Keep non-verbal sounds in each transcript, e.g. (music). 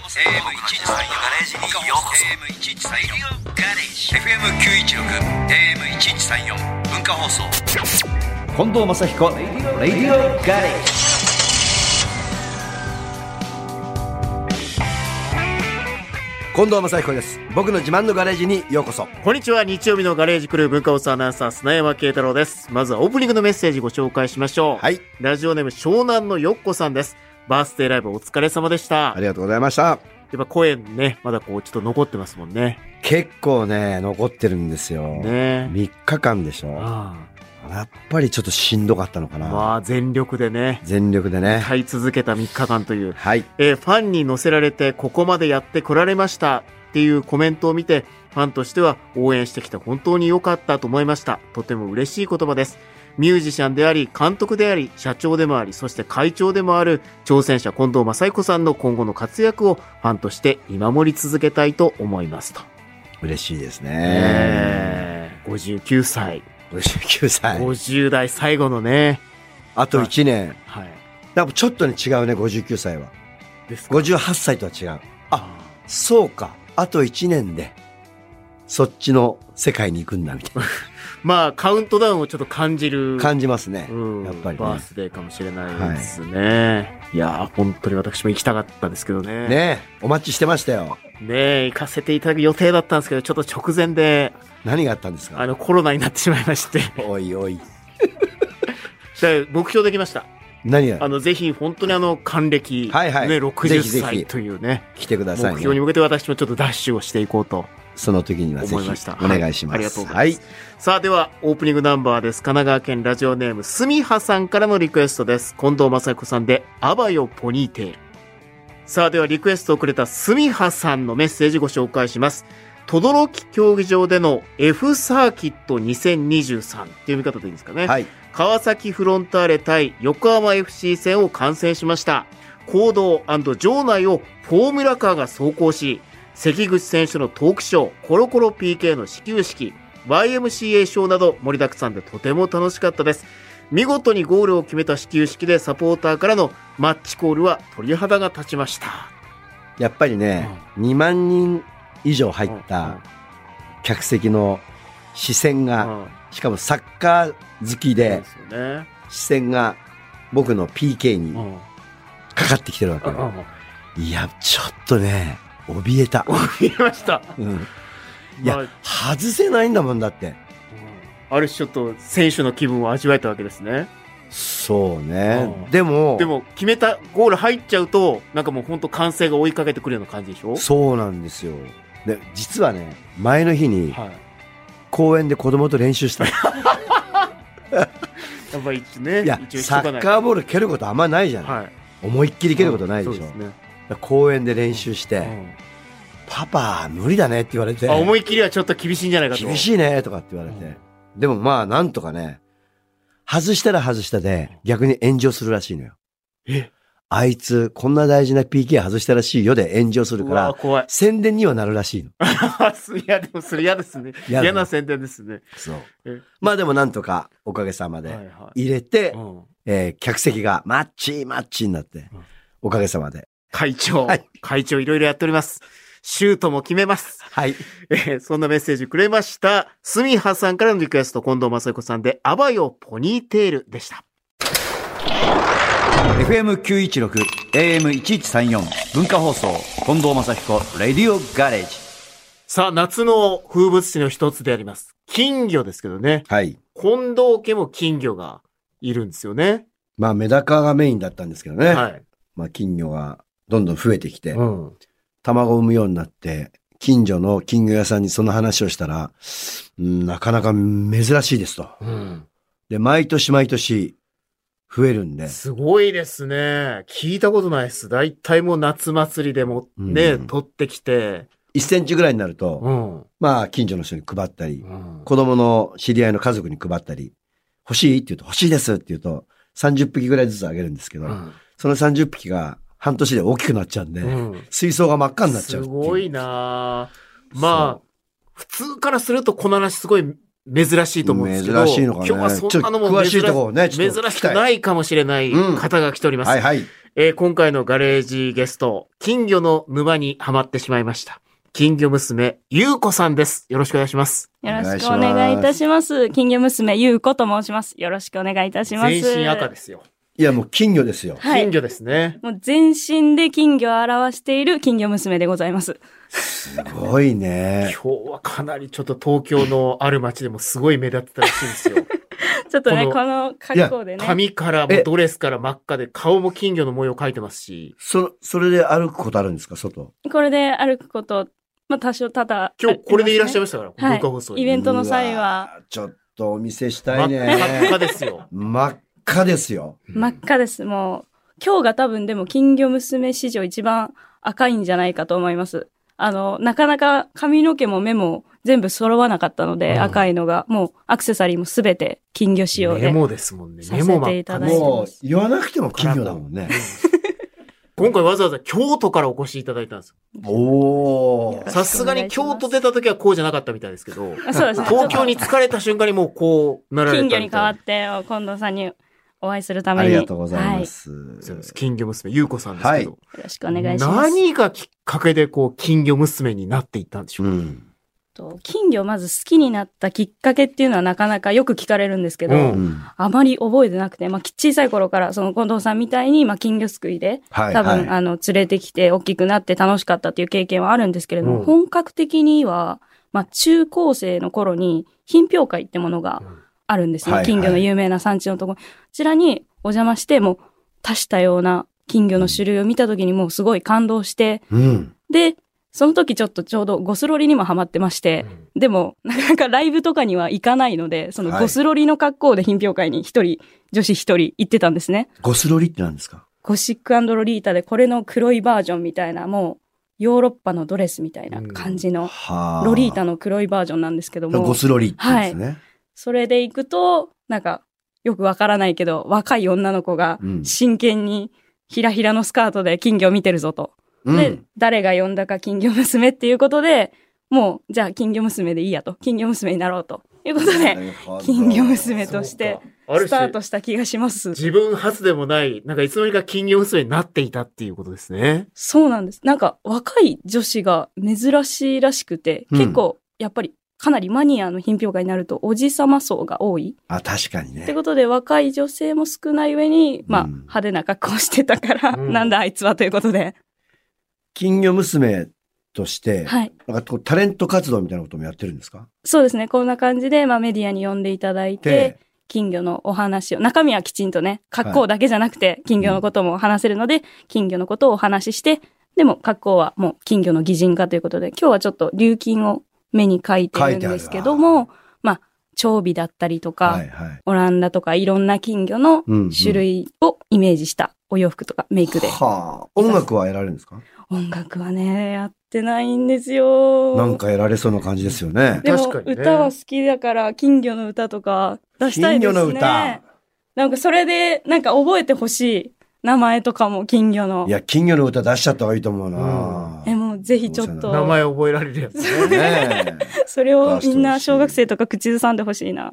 AM1134 ガレージにようこそ AM1134 ガレージ FM916 AM1134 文化放送近藤正彦レディオガレージ近藤正彦です僕の自慢のガレージにようこそこんにちは。日曜日のガレージクルー文化放送アナウンサー、砂山慶太郎です。まずはオープニングのメッセージご紹介しましょう。はいラジオネーム湘南のよっこさんです。バースデーライブお疲れ様でしあた。やりがとうございましたっぱ声ね、まだこう、ちょっと残ってますもんね。結構ね残ってるんですよ、ね3日間でしょあやっぱりちょっとしんどかったのかあな、まあ、全力でね、全力でね歌い続けた3日間という。はいえーファンに乗せられてここまでやってこられましたっていうコメントを見て、ファンとしては応援してきて本当に良かったと思いました。とても嬉しい言葉です。ミュージシャンであり、監督であり、社長でもあり、そして会長でもある、挑戦者近藤正彦さんの今後の活躍をファンとして見守り続けたいと思いますと。嬉しいですね、えー、59歳、 59歳50代最後のね、あと1年はい。やっぱちょっとね違うね59歳はですか58歳とは違うそうかあと1年でそっちの世界に行くんだみたいまあ、カウントダウンをちょっと感じるな感じますね、うん、やっぱりねバースデーかもしれないですね。い、やー、本当に私も行きたかったですけどね。ねねえお待ちしてましたよえ行かせていただく予定だったんですけど、ちょっと直前で、何があったんですあかの、コロナになってしまい (laughs) まして。おいおいで目標できました。何があの、ぜひ、本当にあの、還暦、はいはいね、ぜ60ひぜひ歳というね、来てください、目標にね、向けて私もちょっとダッシュをしていこうとその時にはぜ思いひました。お願いします、はありがとうございます。はさあ、では、オープニングナンバーです。神奈川県ラジオネーム、すみはさんからのリクエストです。近藤正彦さんで、あばよポニーテール。さあ、では、リクエストをくれたすみはさんのメッセージご紹介します。とどろき競技場での F サーキット2023っていう見方でいいんですかね。はい、川崎フロンターレ対横浜 FC 戦を観戦しました。行動場内をフォーミュラカーが走行し、関口選手のトークショー、コロコロ PK の始球式、YMCA 賞など盛りだくさんでとても楽しかったです。見事にゴールを決めた始球式でサポーターからのマッチコールは鳥肌が立ちました。やっぱりね、2万人以上入った客席の視線うが、ん、うんしかもサッカー好きそうでですよね。視線が僕の PK うにんかかってきてるわけうんよ。いや、ちょっとね、怯えた。見えました。うんいまや、外せないんだもんだって。ある種ちょっと選手の気分を味わえたわけですね。そうねう。んでもで、も決めたゴール入っちゃうとなんかもう本当歓声が追いかけてくるような感じでしょそうなんですよ。で、実はね、前の日にはい、公園で子供と練習した。いやっぱり一応ねや、一応しサとかッないカーボール蹴ることあんまないじゃない。はい思いっきり蹴ることないでしそょう。すね公園で練習して、うパパ、無理だねって言われて、んあ思い切りはちょっと厳しいんじゃないかと厳いしいねとかって言われて、でもまあ、なんとかね、外したら外したで、逆に炎上するらしいのよ。えあいつ、こんな大事な PK 外したらしいよで炎上するかわらー、怖い宣伝にはなるらしいの。いやでもそれ嫌ですね (laughs) 嫌嫌だな宣伝ですねそうえ。まあでもなんとか、おかげさまで、いは入れて、うん、えー客席がマッチーマッチーになってうん、おかげさまで。会長、はい会長いろいろやっておりますシュートも決めます (laughs) はい。えーそんなメッセージくれました。すみはさんからのリクエスト、近藤正彦さんで、あばよポニーテールでした。 FM916 AM1134 文化放送近藤正彦レディオガレージさあ、夏の風物詩の一つであります。金魚ですけどね。はい。近藤家も金魚がいるんですよね。まあ、メダカがメインだったんですけどね。はい。まあ、金魚がどんどん増えてきて、うん。卵を産むようになって、近所の金魚屋さんにその話をしたら、うんなかなか珍しいですと。うん。で、毎年毎年増えるんで、すごいですね。聞いたことないです。大体もう夏祭りでもね、うん取ってきて。 1センチぐらいになると、うん。まあ、近所の人に配ったりう、ん子供の知り合いの家族に配ったり、欲しいって言うと、欲しいですって言うと、30匹ぐらいずつあげるんですけど、その30匹が半年で大きくなっちゃうんで、うん水槽が真っ赤になっちゃすうっていう。ごいなあまあ、普通からするとこの話すごい珍しいと思うんですけど。珍しいのかね今日はそんなのも珍ちょっと詳しいところをねちょっと聞きたい珍しくないかもしれないうん方が来ております。はいはい。えー今回のガレージゲスト、金魚の沼にはまってしまいました。金魚娘、ゆうこさんです。よろしくお願いします。よろしくお願いいたします。金魚娘ゆうこと申します。よろしくお願いいたします。全身赤ですよ。いや、もう金魚ですよ。はい金。魚ですね。もう全身で金魚を表している金魚娘でございます。 (laughs) すごいね。今日はかなりちょっと東京のある街でもすごい目立ってたらしいんですよ。ちょっ (laughs) とね、ここの格好でね。髪からもえドレスから真っ赤で顔も金魚の模様描いてますし、そ、それで歩くことあるんですか、外。これで歩くこと、まあ多少ただ、今日これでいらっしゃいまましたから、は文い化放送イに。ベントの際うはわー。ちょっとお見せした真いっね。赤ですよ。真っ赤ですよ。すね。 (laughs) 真っ赤です。もう、今日が多分でも金魚娘史上一番赤いんじゃないかと思います。あの、なかなか髪の毛も目も全部揃わなかったので、うん赤いのが、もうアクセサリーもすべて金魚仕様メで。モですもんね。さメせモて真っい赤たでだいてす。もう、言わなくても金魚だもんね。 (laughs) 今回わざわざ京都からお越しいただいたんです。およーろしくお願いしますさすがに京都出た時はこうじゃなかったみたいですけど、あそうですね。東京に疲れた瞬間にもうこうなられた金みた魚いに代わなっ。て、近藤さんにお会いするためあに。りがとうございまはす。そうです金魚娘、ゆうこさんですけど。いよろしくお願いします。何がきっかけでこう、金魚娘になっていったんでしょううか、ん。と金魚まず好きになったきっかけっていうのはなかなかよく聞かれるんですけど、うんうんあまり覚えてなくて、まあ、き小さい頃からその近藤さんみたいに、まあ、金魚すくいで、はい。多分、はいあの、連れてきて大きくなって楽しかったっていう経験はあるんですけれども、うん本格的には、まあ、中高生の頃に品評会ってものがあるんですね。はいはい金魚の有名な産地のところ。こちらにお邪魔して、もう、多種多様な金魚の種類を見た時にもうすごい感動して、うん。で、その時ちょっとちょうどゴスロリにもハマってまして、でも、 (laughs) なかなかライブとかには行かないので、そのはいゴスロリの格好で品評会に一人、女子一人行ってたんですね。ゴスロリって何ですかゴシックロリータでこれの黒いバージョンみたいな、もうヨーロッパのドレスみたいな感じの、はロリータの。の黒いバージョンなんですけどゴも、スロリって言うんですね。それで行くと、なんか、よくわからないけど、若い女の子がうん真剣にひらひらのスカートで金魚見てるぞと。うんで、誰が呼んだか金魚娘っていうことで、もう、じゃあ金魚娘でいいやと。金魚娘になろうと。いうことで、金魚娘として、あるスター種トした気がします。自分初でもない、なんかいつの間にか金魚娘になっていたっていうことですね。そうなんです。なんか若い女子が珍しいらしくて、うん結構やっぱりかなりマニアの品評会になるとおじさま層が多い。あ、確かにってね。ことで若い女性も少ない上に、まあうん派手な格好をしてたから、うんなんだあいつはということで。金魚娘として、はい。なんかこうタレント活動みたいなこともやってるんですかそうですね。こんな感じで、まあメディアに呼んでいただいて、、金魚のお話を、中身はきちんとね、格好だけじゃなくて、金魚のことも話せるので、金魚のことをお話しして、でも格好はもう金魚の擬人化ということで、今日はちょっと琉金を目に描いてるんですけど書いも、まあ、蝶尾だったりとか、はいはい。オランダとかいろんな金魚のうんうん種類をイメージしたお洋服とかメイクで。はあ。音楽はやられるんですか音楽はね、やってないんですよ。なんかやられそうな感じですよね。でも確かにね歌は好きだから、金魚の歌とか出したい金で魚すね。の歌。なんかそれで、なんか覚えてほしい名前とかも金魚のい。や、金魚の歌出しちゃった方がいいと思うな。え、もうぜひちょっそとう名、前覚えられるやつ。ねえそれをみんな小学生とか口ずさんでほしいな。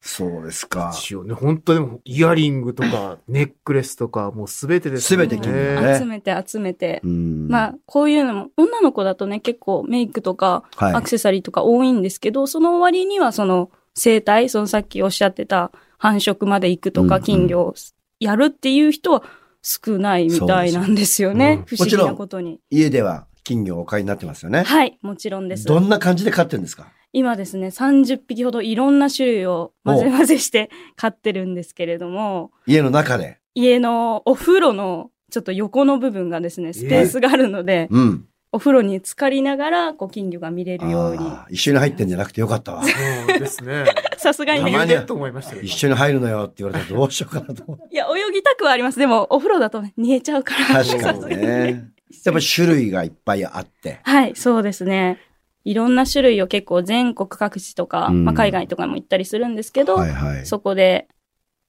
そうですか。一応ね、本当でも、イヤリングとか、ネックレスとか、もうすべてですもん全て金魚ね集めて集めて。うんまあ、こういうのも、女の子だとね、結構メイクとか、はいアクセサリーとか多いんですけど、その割にはその生態、そのさっきおっしゃってた繁殖まで行くとうんうか、ん金魚をやるっていう人は少ないみたいなんですよね。そうです不ようん思議なことに。家では金魚をお飼いになってますよね。はい、もちろんです。どんな感じで飼ってるんですか今ですね、30匹ほどいろんな種類を混ぜ混ぜして飼ってるんですけれども、家の中で。家のお風呂のちょっと横の部分がですね、スペースがあるので、うん。お風呂に浸かりながら、こう、金魚が見れるように。あー一緒に入ってんじゃなくてよか (laughs) ったわ。うんですね。さすがに余ねたま裕にではと思いましたけど一緒に入るのよって言われたらどうしようかなと思 (laughs) って。いや、泳ぎたくはあります。でも、お風呂だとね、煮えちゃうから。確かに (laughs) ね。やっぱ種類がいっぱいあって。はい、そうですね。いろんな種類を結構全国各地とか、うんまあ、海外とかも行ったりするんですけど、はいはい。そこで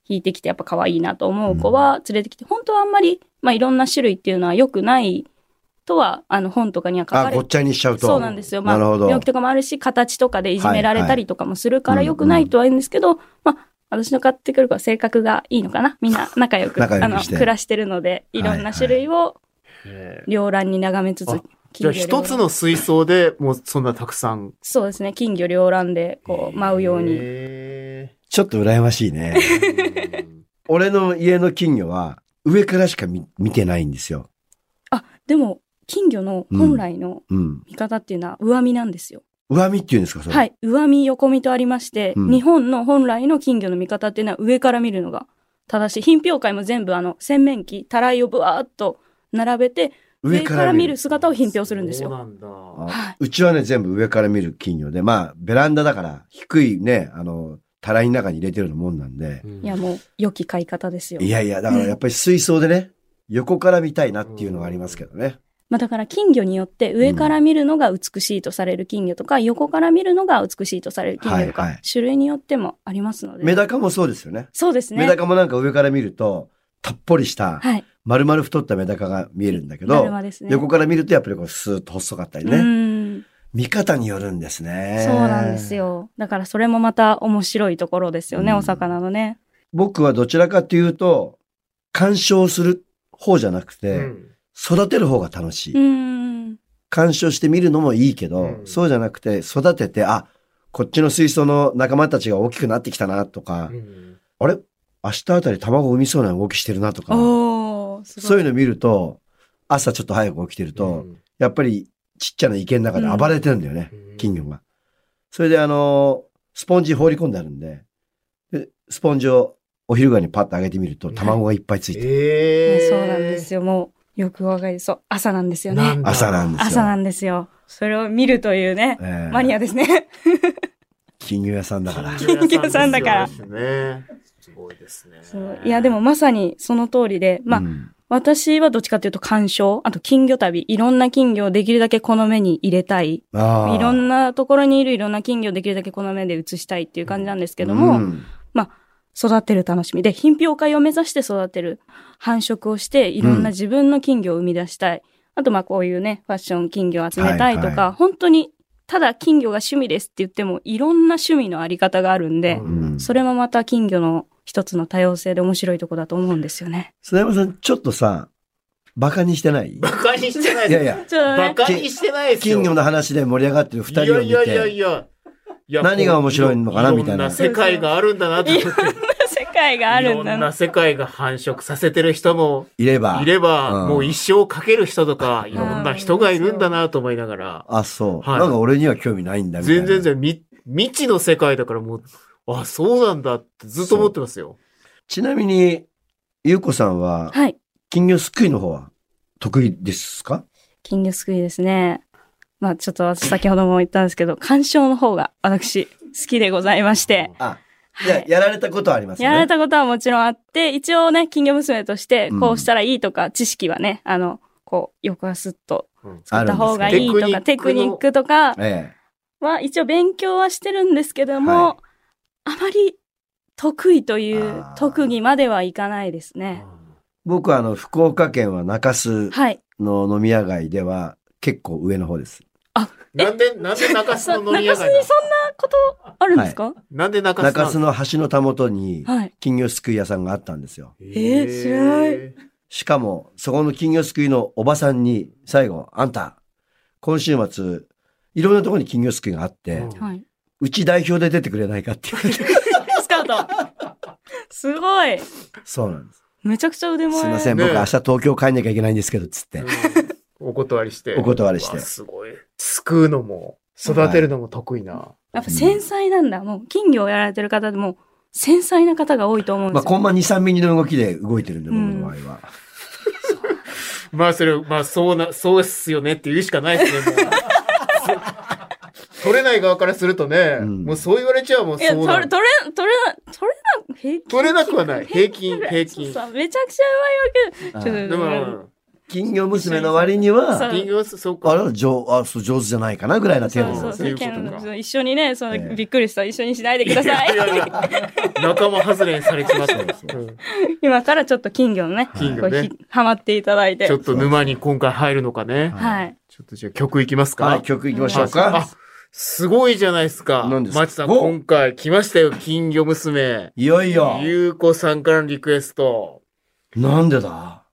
引いてきてやっぱ可愛いなと思う子は連れてきて、本当はあんまり、まあ、いろんな種類っていうのは良くないとは、あの、本とかには書あ、かれごってちゃにしちゃうと。そうなんですよ。まあ、なるほど病気とかもあるし、形とかでいじめられたりとかもするからはいはい良くないとは言うんですけど、まあ、私の買ってくる子は性格がいいのかなみんな仲良 (laughs) く仲良くあのして暮らしてるので、いろんな種類をへえ両乱に眺めつつ、あじゃあ一つの水槽でもうそんなたくさん。そうですね、金魚両乱でこう舞うように。へちょっと羨ましいね。えうん俺の家の金魚は上からしか見見てないんですよ。あ、でも、金魚の本来のうん。見方っていうのは上見なんですよ。上見っていうんですか、それ。はい。上見、横見とありまして、うん日本の本来の金魚の見方っていうのは上から見るのが正しい。品評会も全部あの、洗面器、たらいをぶわーっと並べて、上から見る姿を品評するんですそうよ。なんだ。あはいうちはね、全部上から見る金魚で、まあ、ベランダだから、低いね、あの、たらいの中に入れてるようなもんなんでう、んいや、もう、良き買い方ですよ。いやいや、だからやっぱり水槽でね、横から見たいなっていうのはありますけどね。まあだから金魚によって上から見るのが美しいとされる金魚とか、横から見るのが美しいとされる金魚とか、はいはい種類によってもありますので。メダカもそうですよね。そうですメねダ。カもなんか上から見ると、たっぽりした、はい。丸々太ったメダカが見えるんだけだるど、まですね。横から見るとやっぱりこう、スーッと細かったりね。うん。見方によるんですね。そうなんです。よ。だからそれもまた面白いところですよね、うんお魚のね。僕はどちらかというと、鑑賞する方じゃなくて、うん育てる方が楽しい。うん。鑑賞してみるのもいいけど、うんそうじゃなくて育てて、あ、こっちの水槽の仲間たちが大きくなってきたなとか、うんあれ明日あたり卵産みそうな動きしてるなとか、おー、すごい。そういうの見ると、朝ちょっと早く起きてると、やっぱりちっちゃな池の中で暴れてるんだよね、うん金魚が。それであのスポンジ放り込んであるんで、でスポンジをお昼側にパッと上げてみるとうん卵がいっぱいついてる。えねえ。そうなんですよ。もう、よくわかりそう。朝なんですよなねん。だ朝なんですよ。朝なんですよ。それを見るというね、ええマニアですね。 (laughs) 金魚屋さんだから。金魚屋さんだから金魚屋さんですよねすごいですね。そういや、でもまさにその通りで、まあ、うん私はどっちかというと鑑賞、あと金魚旅、いろんな金魚をできるだけこの目に入れたい。ああいろんなところにいるいろんな金魚をできるだけこの目で映したいっていう感じなんですけどうも、ん育てる楽しみで、品評会を目指して育てる、繁殖をして、いろんな自分の金魚を生み出したい。あと、まあこういうね、ファッション金魚を集めたいとか、はいは本当に、ただ金魚が趣味ですって言っても、いろんな趣味のあり方があるんで、うんそれもまた金魚の一つの多様性で面白いとこだと思うんですよね。砂山さん、ちょっとさ、馬鹿にしてないいバカにしてないやいです。や、ちょっとねバカにしてないですよ。金魚の話で盛り上がってる二人を見て、いやいやいやいや。いや何が面白いのかなこうみたいなろんな世界があるんだなと思って。世界があるんいろだんなな。世界が繁殖させてる人もいれば。いれば、うんもう一生かける人とか、いろんな人がいるんだなと思いながら、あ、そう、はいなんか俺には興味ないんだみたいな。全然全然み未知の世界だからもう、あ、そうなんだってずっと思ってますよ。ちなみに、ゆうこさんは、はい。金魚すくいの方は得意ですか金魚すくいですね。まあちょっと私先ほども言ったんですけど、鑑賞の方が私好きでございまして。あ、はいや、やられたことはありますよやね。られたことはもちろんあって、一応ね、金魚娘としてうん、こうしたらいいとか、知識はね、あの、こう、横はすっとうんやった方がいいとあるんですか、ねテクニックとかえは一応勉強はしてるんですけども、はいあまり得意というあー特技まではいかないですね。僕はあの、福岡県は中洲はい。の飲み屋街では結構上の方です。なんで、なんで中洲その飲み中屋洲街になそんなことあるんですかなんで中洲中洲の橋のたもとにはい。金魚すくい屋さんがあったんですよ。えー知らないしかも、そこの金魚すくいのおばさんに、最後、あんた、今週末、いろんなところに金魚すくいがあって、ううんはい。ち代表で出てくれないかって言われて。スカウト。すごい。 (laughs) そうなんです。めちゃくちゃ腕前。すいません、ねえ僕明日東京帰んなきゃいけないんですけど、つって。お断りして。お断りしてわすごい。救うのも、育てるのも得意な。やっぱ繊細なんだ。もう金魚をやられてる方でも繊細な方が多いと思うんでますあ、よ。コンマ2、3ミリの動きで動いてるんで、う僕んの場合は。まあそれ、まあそうな、そうっすよねって言うしかないです (laughs) ね。もう取れない側からするとね、うんもうそう言われちゃうもういや、そうなん取れ、取れ、取れな、取れな、平均。取れなくは (laughs) ない。平均、平そう均。そうめちゃくちゃうまいわけ。はちでょっとうん、も、金魚娘の割にそは、う金魚、そうあか。れは上あそう上手じゃないかなぐらいなそ程う度そなうんですそうね。意そういうこと見かそう一緒にね、そええうびっくりした、一緒にしないでくださいい。やいやいや仲間外れにされちまった。うん今からちょっと金魚のね、金魚ねこうひハマっていただいてちょ。っと沼に今回入るのかね。はい。ちょっとじゃあ曲いきますか。はい、曲いきましょうあか。すごいじゃないですか。何ですかマチさん、お今回来ましたよ、金魚娘。いよいよ。ゆうこさんからのリクエスト。なんでだ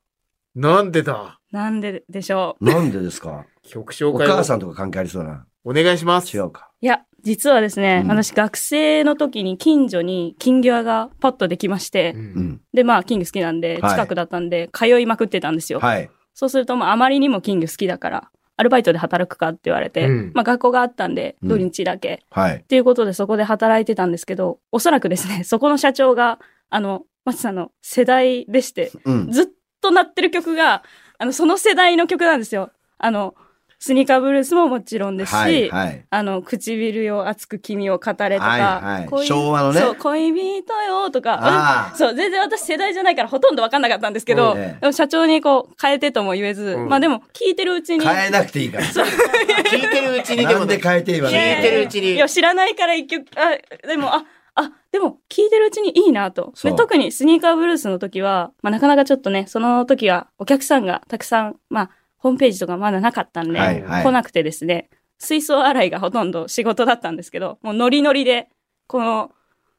なんでだなんででしょう。なんでです (laughs) か曲お紹介を母さんとか関係ありそうだな。お願いします違。うか。いや、実はですね、うん私学生の時に近所に金魚屋がパッとできまして、ううんん。で、まあ金魚好きなんで、はい近くだったんで、通いまくってたんですよ。はい。そうすると、まああまりにも金魚好きだから、アルバイトで働くかって言われて、うんまあ学校があったんで、うん土日だけ。はいっ。ていうことでそこで働いてたんですけど、おそらくですね、 (laughs) そこの社長が、あの、松さんの世代でして、うん。ずっと鳴ってる曲が、あの、その世代の曲なんですよ。あの、スニーカーブルースももちろんですし、はい。はい。あの、唇よ熱く君を語れとか、はいはい恋昭和のねそう、恋人よとか、ああ。そう、全然私世代じゃないからほとんどわかんなかったんですけど、うんええでも社長にこう、変えてとも言えず、うんまあでも、聞いてるうちに、変えなくていいから。聞いてるうちにでなもんでね、変えて言わなきゃい聞いてるうちにいや、知らないから一曲、あ、でも、あ、あ、でも、聞いてるうちにいいなと。そでう特にスニーカーブルースの時は、まあ、なかなかちょっとね、その時はお客さんがたくさん、まあ、ホームページとかまだなかったんで、はいはい来なくてですね、水槽洗いがほとんど仕事だったんですけど、もうノリノリで、この、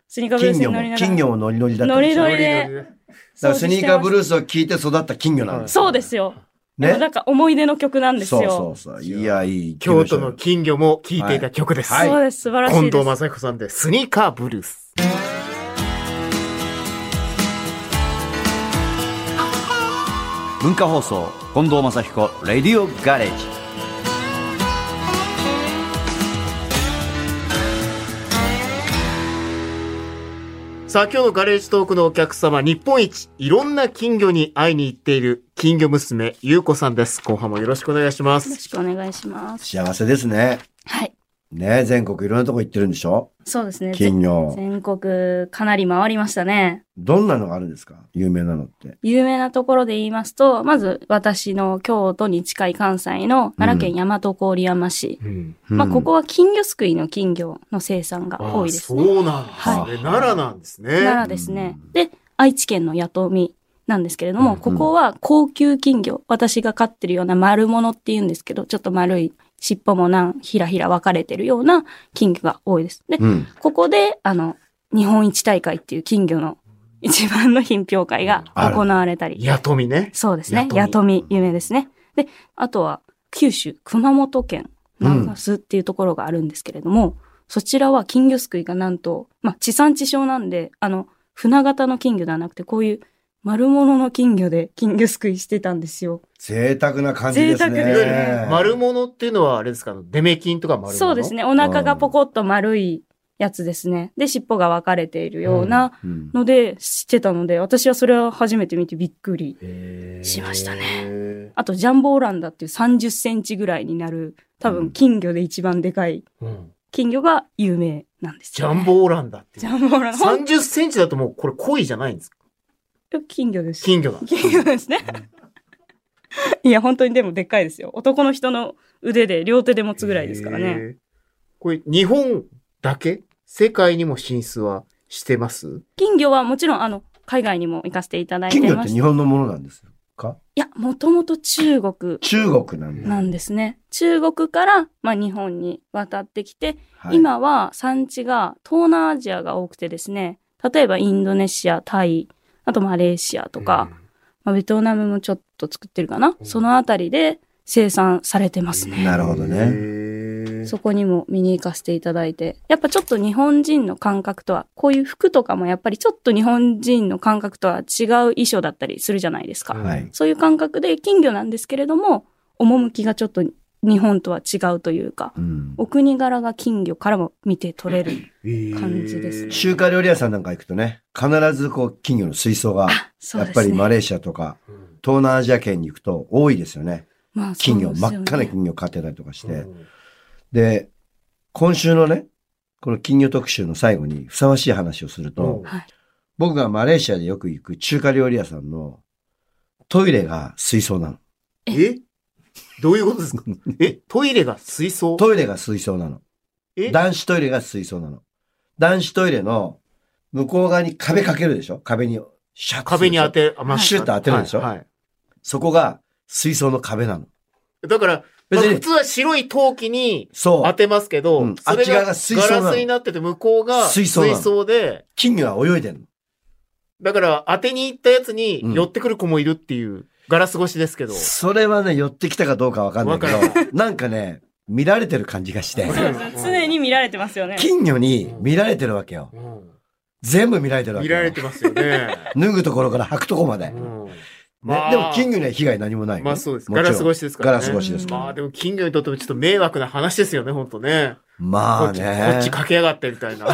スニーカーブルー金ス魚に乗りも、ながら。金魚もノリノリだったんですよ。ノリノリでノリノリだからスニーカーブールースを聴いて育った金魚なんですよ。そうですよ。ね。なんか思い出の曲なんですよ。そうそうそう。いや、いい。京都の金魚も聴いていた曲です。はいそうです、素晴らしいです。近藤正彦さんで、スニーカーブルース。文化放送近藤正彦レディオガレージさあ、今日のガレージトークのお客様、日本一、いろんな金魚に会いに行っている、金魚娘、ゆうこさんです。後半もよろしくお願いしまよろす。しくお願いします。幸せですね。はい。ね全国いろんなとこ行ってるんでしょそうですね。金魚。全国かなり回りましたね。どんなのがあるんですか有名なのって。有名なところで言いますと、まず私の京都に近い関西の奈良県大和郡山市。うん。まあうんここは金魚すくいの金魚の生産が多いですね。そうなんですね。はい奈良なんですね。奈良ですね。で、愛知県の八頭美なんですけれども、うんここは高級金魚。私が飼ってるような丸物って言うんですけど、ちょっと丸い尻尾もなんひらひら分かれてるような金魚が多いです。で、うん。ここで、あの、日本一大会っていう金魚の一番の品評会が行われたり。やとみね。そうですね。弥弥富富、有名ですね。で、あとは、九州、熊本県、長洲っていうところがあるんですけれども、そちらは金魚すくいがなんと、まあ、地産地消なんで、あの、船型の金魚ではなくて、こういう丸物の金魚で金魚すくいしてたんですよ。贅沢な感じですね。い贅わ沢ゆでするね丸物っていうのは、あれですか、デメキンとか丸物そうですね。ね。お腹がポコッと丸いやつですね。で、尻尾が分かれているようなうんので、してたので、私はそれを初めて見てびっくり。へーしましたね。あと、ジャンボオランダっていう30センチぐらいになる、多分金魚で一番でかいうん金魚が有名なんですジよ、ャね。ンボオランダっていジう。ャンボオランダ。ほん30センチだともう、これ鯉じゃないんですかと金魚です。金魚だ。金魚ですね。いや、本当にでもでっかいですよ。男の人の腕で両手で持つぐらいですからへね。ー。これ、日本だけ世界にも進出はしてます金魚はもちろん、あの、海外にも行かせていただいて金魚っまてす。日い本のものなんですかや、もともと中国中国なんだ。なんですね。中国から、まあ、日本に渡ってきて、はい、今は産地が東南アジアが多くてですね、例えばインドネシア、タイ、あとマレーシアとか、まあ、ベトナムもちょっと作ってるかな、うんそのあたりで生産されてますね。なるほどへね。ーそこにも見に行かせていただいて、やっぱちょっと日本人の感覚とは、こういう服とかもやっぱりちょっと日本人の感覚とは違う衣装だったりするじゃないですか。うんはい。そういう感覚で金魚なんですけれども、趣がちょっと日本とは違うというか、うんお国柄が金魚からも見て取れる感じですね中華料理屋さんなんか行くとね、必ずこう金魚の水槽が、そやうっでぱすりね。マレーシアとか、東南アジア圏に行くと多いですよね。まあそう金魚、ですよね真っ赤な金魚飼ってたりとかして。うんで、今週のね、この金魚特集の最後にふさわしい話をすると、はい僕がマレーシアでよく行く中華料理屋さんのトイレが水槽なの。えどういうことで (laughs) すかえ、トイレが水槽トイレが水槽なの。え男子トイレが水槽なの。男子トイレの向こう側に壁かけるでしょ壁にシャッとするで壁にしょ当て、あまはいシュシュッと当てるでしょはい。はいそこが水槽の壁なの。だから、ま別あに普通は白い陶器にそう当てますけど、うんそれあっち側がが水槽なガのラスになってて、向こうが水水槽なの槽で、金魚は泳いでるだから当てに行ったやつにうん寄ってくる子もいるっていう、ガラス越しですけどの。。それはね、寄ってきたかどうかわかんないけわかど、なんかね、見られてる感じが (laughs) して、そうですね常に見られてますよね。金魚に見られてるわけよ。うん全部見られてるわけ見よ。られてますよね。 (laughs) 脱ぐところから履くとこまで。うねんでも金魚には被害何もないよね。まあそうです。もちガろんラス越しですからね。ガラス越しですからまあでも金魚にとってもちょっと迷惑な話ですよね、本当ね。まあね。こっちこっち駆け上がってみた (laughs) いな。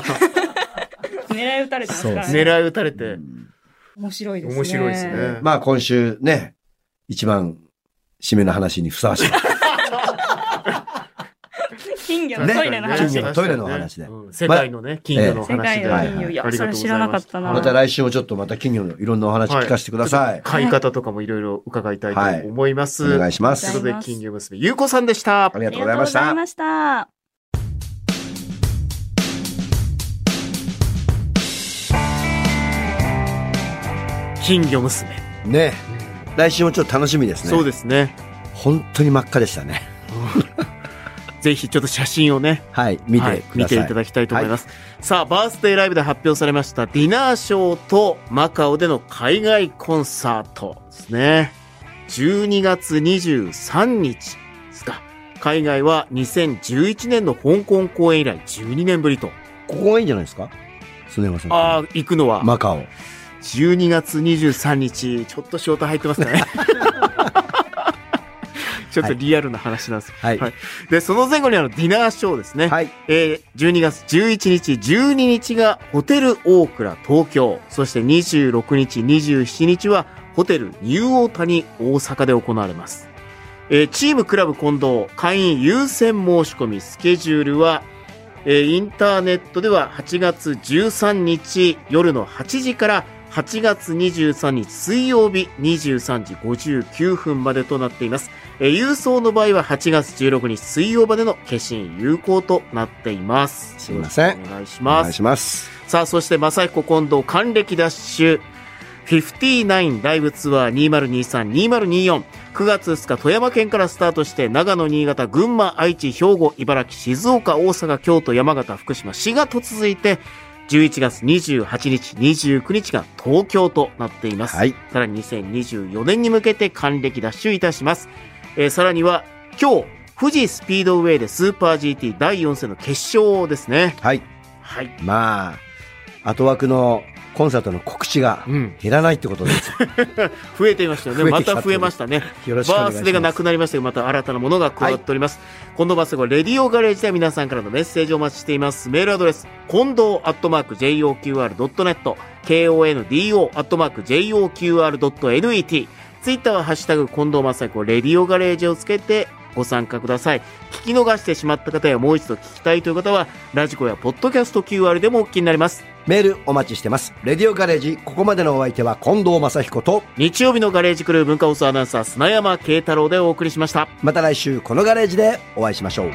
狙い撃たれてますからそうね。狙い撃たれて。面白いですね。面白いですね。まあ今週ね、一番締めの話にふさわしい。金魚のトイレのね話。金魚のトイレの話でうん世界のね、金魚の世話界で。の金魚。はいありがや、そとうごれざいます知らなかったな。また来週もちょっとまた金魚のいろんなお話聞かせてください。買い方とかもいろいろ伺いたいと思います。お願いします。ということで、金魚娘、ゆうこさんでしたあ。りがとうございましあたりがとうござい。ました。金魚娘。ね来週もちょっと楽しみですね。そうですね。本当に真っ赤でしたね。ぜひちょっと写真をね、はい、見てください。はい見ていただきたいと思います、さあバースデーライブで発表されましたディナーショーとマカオでの海外コンサートですね12月23日ですか海外は2011年の香港公演以来12年ぶりとここがいいんじゃないですか常山さん。ああ行くのはマカオ。 12月23日ちょっとショート入ってます (laughs) ねちょっとリアルな話なんですけど、はい。はいでその前後にあのディナーショーですね、はい。えー12月11日、12日がホテルオークラ東京、そして26日、27日はホテルニューオータニ大阪で行われます。えーチームクラブ近藤、会員優先申し込み、スケジュールは、えーインターネットでは8月13日夜の8時から8月23日水曜日23時59分までとなっています。えー郵送の場合は8月16日水曜までの消印有効となっています。すいませんよろしくお願いしおま願いす。します。さあ、そして、正彦近藤還暦ダッシュ。59ライブツアー2023-2024。9月2日、富山県からスタートして、長野、新潟、群馬、愛知、兵庫、茨城、静岡、大阪、京都、山形、福島、4月と続いて、11月28日、29日が東京となっています。はい。さらに2024年に向けて還暦ダッシュいたします。えーさらには、今日、富士スピードウェイでスーパー GT 第4戦の決勝ですね。はい。はい。まあ、後枠のコンサートの告知がうん減らないってことです。増えていましたよね。増えてまきちゃってるた増えましたね。よろしくお願バいーします。スデーがなくなりましたが、また新たなものが加わっております。近藤バースデーはレディオガレージでは皆さんからのメッセージをお待ちしています。メールアドレス、近藤アットマーク JOQR.net、KONDO アットマーク JOQR.net、ツイッターはハッシュタグ近藤正彦レディオガレージをつけてご参加ください。聞き逃してしまった方やもう一度聞きたいという方は、ラジコやポッドキャスト QR でもお聞きになります。メールお待ちしてます。レディオガレージ、ここまでのお相手は近藤正彦と、日曜日のガレージクルー文化放送アナウンサー砂山慶太郎でお送りしました。また来週このガレージでお会いしましょう。